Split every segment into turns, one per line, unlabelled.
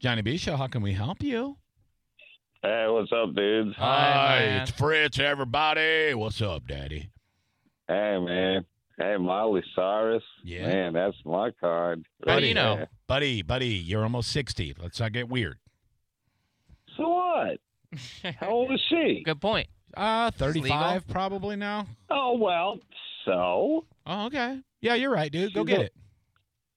Johnny B. Show, how can we help you?
Hey, what's up, dudes?
Hi,
man.
it's Fritz, everybody. What's up, Daddy?
Hey, man. Hey, Miley Cyrus.
Yeah.
Man, that's my card.
How do
Buddy,
you know?
Buddy, buddy, you're almost 60. Let's not get weird.
So what? How old is she?
Good point.
Uh,
legal.
35 probably now.
Oh, well, so?
Oh, okay. Yeah, you're right, dude. Go
She's
get
a-
it.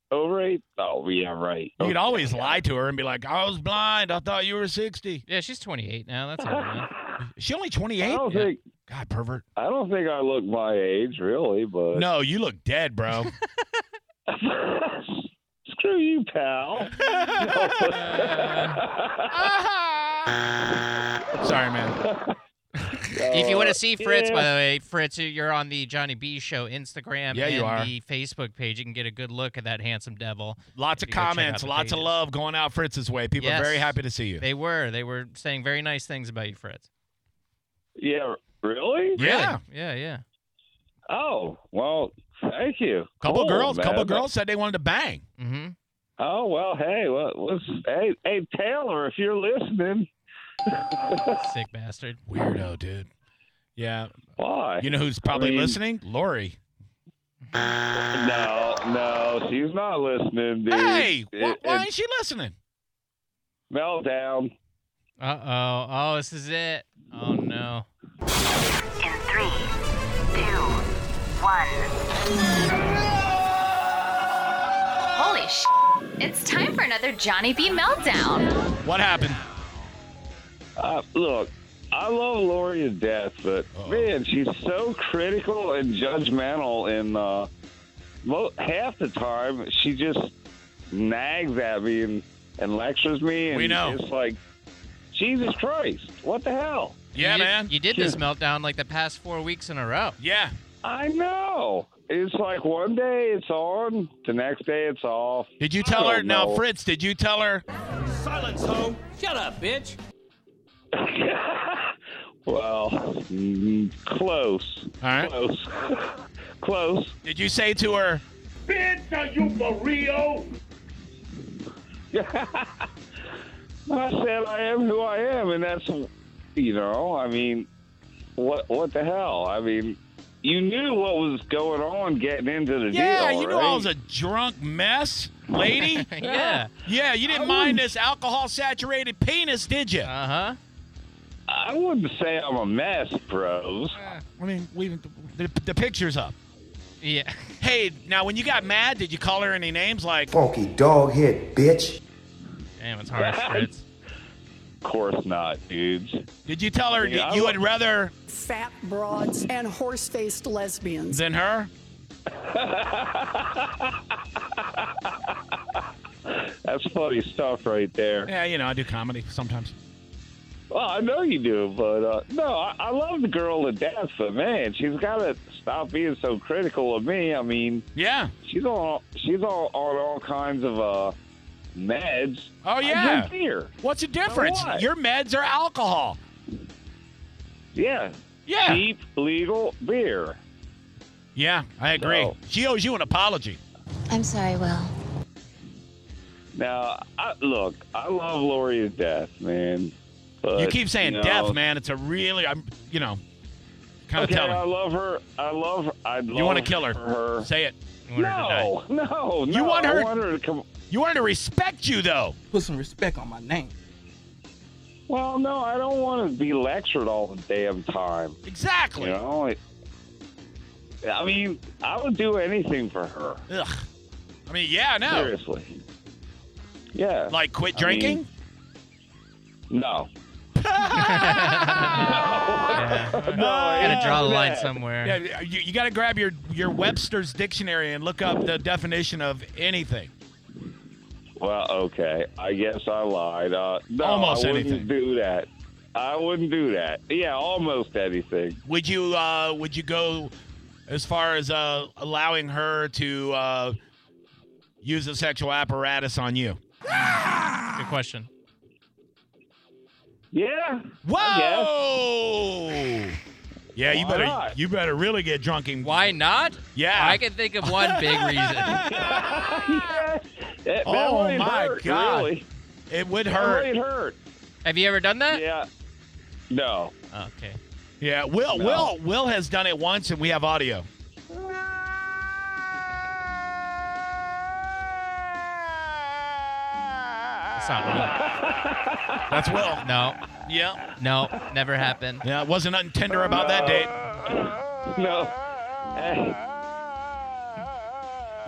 Over eight? Oh, yeah, right.
You could
Okay.
always lie to her and be like, I was blind. I thought you were 60.
Yeah, she's 28 now. That's all right.
I
She only 28?
don't
Yeah.
think
God, pervert.
I don't think I look my age, really, but
No, you look dead, bro.
screw you, pal.
Sorry, man.
If you want to see Fritz,
yeah.
by the way, Fritz, you're on the Johnny B Show Instagram
Yeah,
and
you are.
the Facebook page. You can get a good look at that handsome devil.
Lots
If
of
you go check out
comments,
the
lots of
pages.
love going out Fritz's way. People are very
Yes.
happy to see you.
They were. They were saying very nice things about you, Fritz.
yeah, really?
Yeah.
Really? Yeah, yeah.
Oh, well, thank you.
Couple
Cool,
girls, couple
man.
girls said they wanted to bang.
Mm-hmm.
Oh well, hey, what, what's hey, hey Taylor, if you're listening,
Sick bastard.
Weirdo, dude. Yeah.
why?
You know who's probably
mean-
listening? Lori.
no, no, she's not listening, dude.
Hey, wh-
It-
why
it's
ain't she listening?
meltdown.
Uh oh. Oh, this is it. Oh no.
In three, two, one. Holy sh! It's time for another Johnny B meltdown.
What happened?
Uh, look, I love Lori to death, but
Uh-oh.
man, she's so critical and judgmental, and uh, mo- half the time she just nags at me and, and lectures me, and
We know.
it's like, Jesus Christ, what the hell?
Yeah,
you did-
man.
you did this meltdown like the past four weeks in a row.
Yeah.
I know. It's like one day it's on, the next day it's off.
Did you tell
I
her?
don't
Now,
know.
Fritz, did you tell her?
well, mm, close,
All right.
close, close.
Did you say to her,
I said I am who I am, and that's you know, I mean, what what the hell? I mean, you knew what was going on getting into the
Yeah,
deal.
you knew
right?
I was a drunk mess, lady?
yeah.
yeah, you didn't mind this alcohol saturated penis, did you?
Uh huh.
I wouldn't say I'm a mess, bros.
I mean, we the, the picture's up.
Yeah.
Hey, now when you got mad, did you call her any names like
Funky dog head, bitch.
Damn, it's hard, Fritz.
Of course not, dudes.
Did you tell her
Yeah,
that
I
you
wa-
would rather
fat broads and horse-faced lesbians.
than her?
That's funny stuff right there.
Yeah, you know, I do comedy sometimes.
Well, I know you do, but uh, no, I, I love the girl to death, but man, she's got to stop being so critical of me. I mean,
Yeah.
she's on she's all on all kinds of uh meds.
Oh
I
yeah.
drink beer.
What's the difference?
what?
Your meds are alcohol.
Yeah,
Yeah.
cheap legal beer.
yeah, I agree.
No.
She owes you an apology.
I'm sorry, Will.
Now, I, look, I love Lori to death, man. But,
you keep saying
no.
death, man. It's a really, I'm, you know, kind of
Okay, I
telling.
love her. I love. her. I love
You want to kill her?
her.
Say it.
You want her to die.
No, no, no.
You want
I
her-
want her to come.
You wanted to respect you though.
Put some respect on my name.
Well, no, I don't want to be lectured all the damn time. You
Exactly.
know, it, I mean, I would do anything for her.
Ugh. I mean, yeah, no.
Seriously. Yeah.
Like quit
I mean-
drinking?
no.
Gotta draw the line
Yeah.
somewhere.
Yeah, you, you got to grab your your Webster's dictionary and look up the definition of anything.
Well, okay. I guess I lied. Uh, no,
Almost
I wouldn't
anything.
do that. I wouldn't do that. Yeah, almost anything.
Would you uh, would you go as far as uh, allowing her to uh, use a sexual apparatus on you?
Good question.
Yeah.
Whoa! Yeah, you
Why
better
not?
you better really get drunk and
Why not?
Yeah.
I can think of one big reason.
Yeah, that, that
Oh,
wouldn't
my
hurt,
God.
Really.
It would
That
hurt.
would hurt.
Have you ever done that?
Yeah. No.
Okay.
Yeah, Will
No.
Will Will has done it once, and we have audio.
That's not
That's Will.
me. No.
Yeah.
No. Never happened.
Yeah, it wasn't nothing tender about that date.
No. Eh,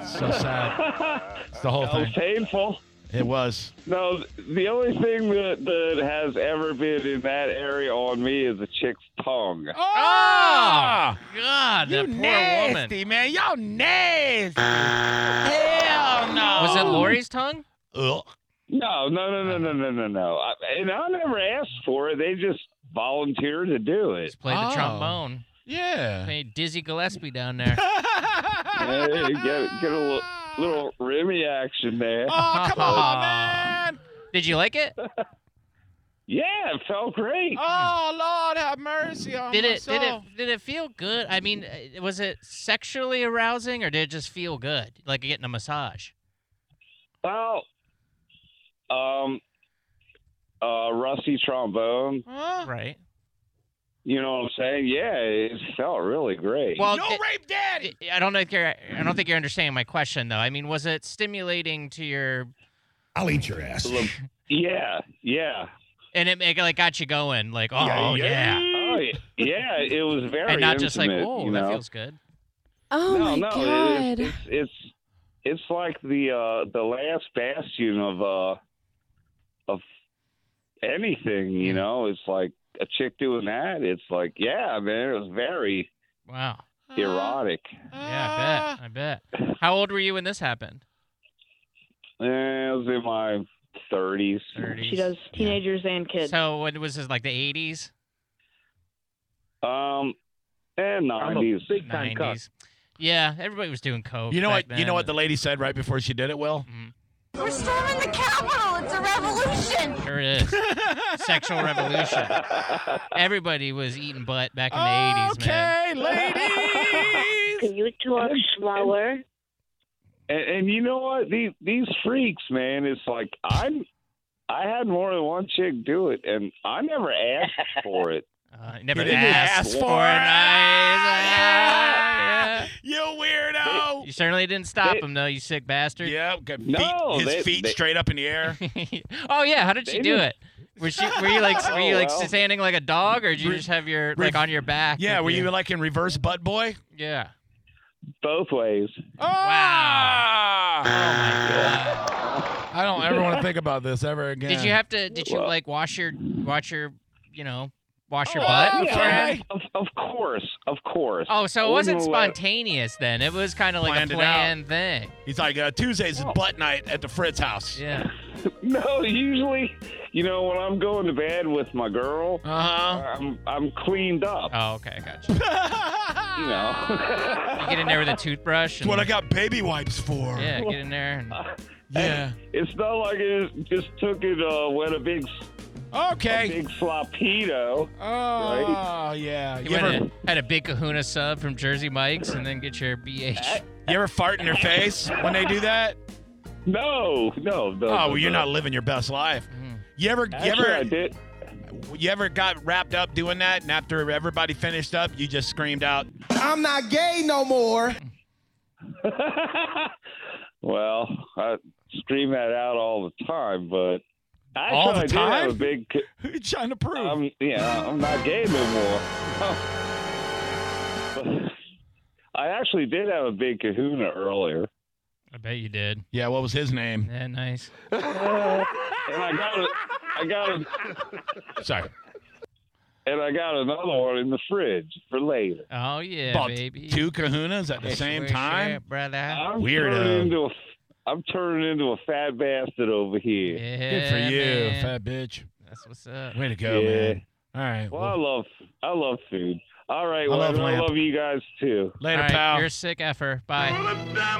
So sad. It's the whole
That was
thing.
painful.
It was.
No, the only thing that, that has ever been in that area on me is a chick's tongue.
Oh God, that poor woman.
Ah! man. Y'all nasty. Hell no.
Was it Lori's tongue?
Ugh.
No, no, no, no, no, no, no, no. I, and I never asked for it. They just volunteered to do it.
Just played the
Oh.
trombone.
Yeah.
Played Dizzy Gillespie down there.
Hey, get, get a little, little Remy action there.
Oh, come on, man.
Did you like it?
Yeah, it felt great.
Oh, Lord, have mercy on
Did
my
it? Did it?
soul.
Did it feel good? I mean, uh, was it sexually arousing or did it just feel good, like getting a massage?
Well, um, uh, rusty trombone.
Huh?
Right.
You know what I'm saying? Yeah, it felt really great.
Well,
no
it-
rape daddy.
I I don't know if you're. I don't think you're understanding my question though. I mean, was it stimulating to your
I'll eat your ass.
yeah, yeah.
and it, it like got you going like oh yeah,
Oh, yeah, yeah. It was very
and not just like
intimate,
oh
you
that
know?
feels good.
Oh my
no, no, it-
god.
It's, it's it's like the uh, the last bastion of uh, of anything.
Mm.
You know, it's like a chick doing that. It's like, yeah, man, it was very
Wow.
erotic.
Yeah, I bet. I bet. How old were you when this happened?
Eh, it was in my thirties.
She does teenagers and kids.
So what was this like the eighties,
Um, and nineties.
nineties? Yeah, everybody was doing coke.
You know
back
what? You know
then.
what the lady said right before she did it, Will?
Mm,
We're storming the Capitol. It's a revolution.
Sure is. Sexual revolution. Everybody was eating butt back in the eighties, man.
okay, ladies.
you talk slower?
And, and you know what? These these freaks, man. It's like I'm. I had more than one chick do it, and I never asked for it.
Uh, never
didn't
asked
ask
for it.
for it.
Yeah.
you weirdo.
You certainly didn't stop
They-
him, though, you sick bastard.
Yeah, got
No,
feet, his
they-
feet
they-
straight up in the air.
oh yeah, how did she
They
do
didn't-
it? Were, she, were you like were you like
Oh, well.
standing like a dog, or did you just have your like on your back?
Yeah,
with
were you like in reverse butt boy?
Yeah.
Both ways.
Ah!
Oh
I don't ever want to think about this ever
my
again.
god. Did you have to? Did you
Well-
like wash your wash your you know wash your
Oh,
butt?
okay.
beforehand?
Of, of course, of course.
Oh, so it
I
wasn't
wouldn't let-
spontaneous then. It was kind of like
Planned
a
it out.
planned thing.
He's like uh, Tuesdays is butt night at the Fritz house.
Oh. Yeah.
No, usually, you know, when I'm going to bed with my girl,
Uh
I'm I'm cleaned up.
Oh, okay, I got you.
You
huh. Uh-huh.
know,
You get in there with a toothbrush.
That's what
and-
I got baby wipes for.
Yeah, get in there. And,
Yeah.
it's not like it just took it uh, when a big a
Okay.
big slopedo.
Oh,
Right.
yeah.
you
You
went
ever,
and had a big Kahuna sub from Jersey Mike's, and then get your BH.
you ever fart in their face when they do that?
No, no, no. no,
Oh, well, you're
no.
not living your best life.
Mm.
You ever, you
Actually, I
ever,
did.
you ever got wrapped up doing that, and after everybody finished up, you just screamed out,
I'm not gay no more.
well, I scream that out all the time, but actually,
All the
I did
time?
have a big. c-
"Who you trying to prove?"
I'm yeah, I'm not gay no more. But I actually did have a big kahuna earlier.
I bet you did.
yeah, what was his name?
Yeah, nice.
And I got a I got a
Sorry.
and I got another one in the fridge for later.
Oh yeah,
About
baby.
Two kahunas at the
Yes,
same
we sure,
time?
brother.
I'm
Weirdo.
turning into a I'm turning into a fat bastard over here.
Good for you, fat bitch.
That's what's up.
Way to go,
Yeah.
man. All right.
Well, I love I love food. All right,
I
well,
love
and I
lamp.
love you guys too.
Later,
All right,
pal.
You're a sick effer. Bye.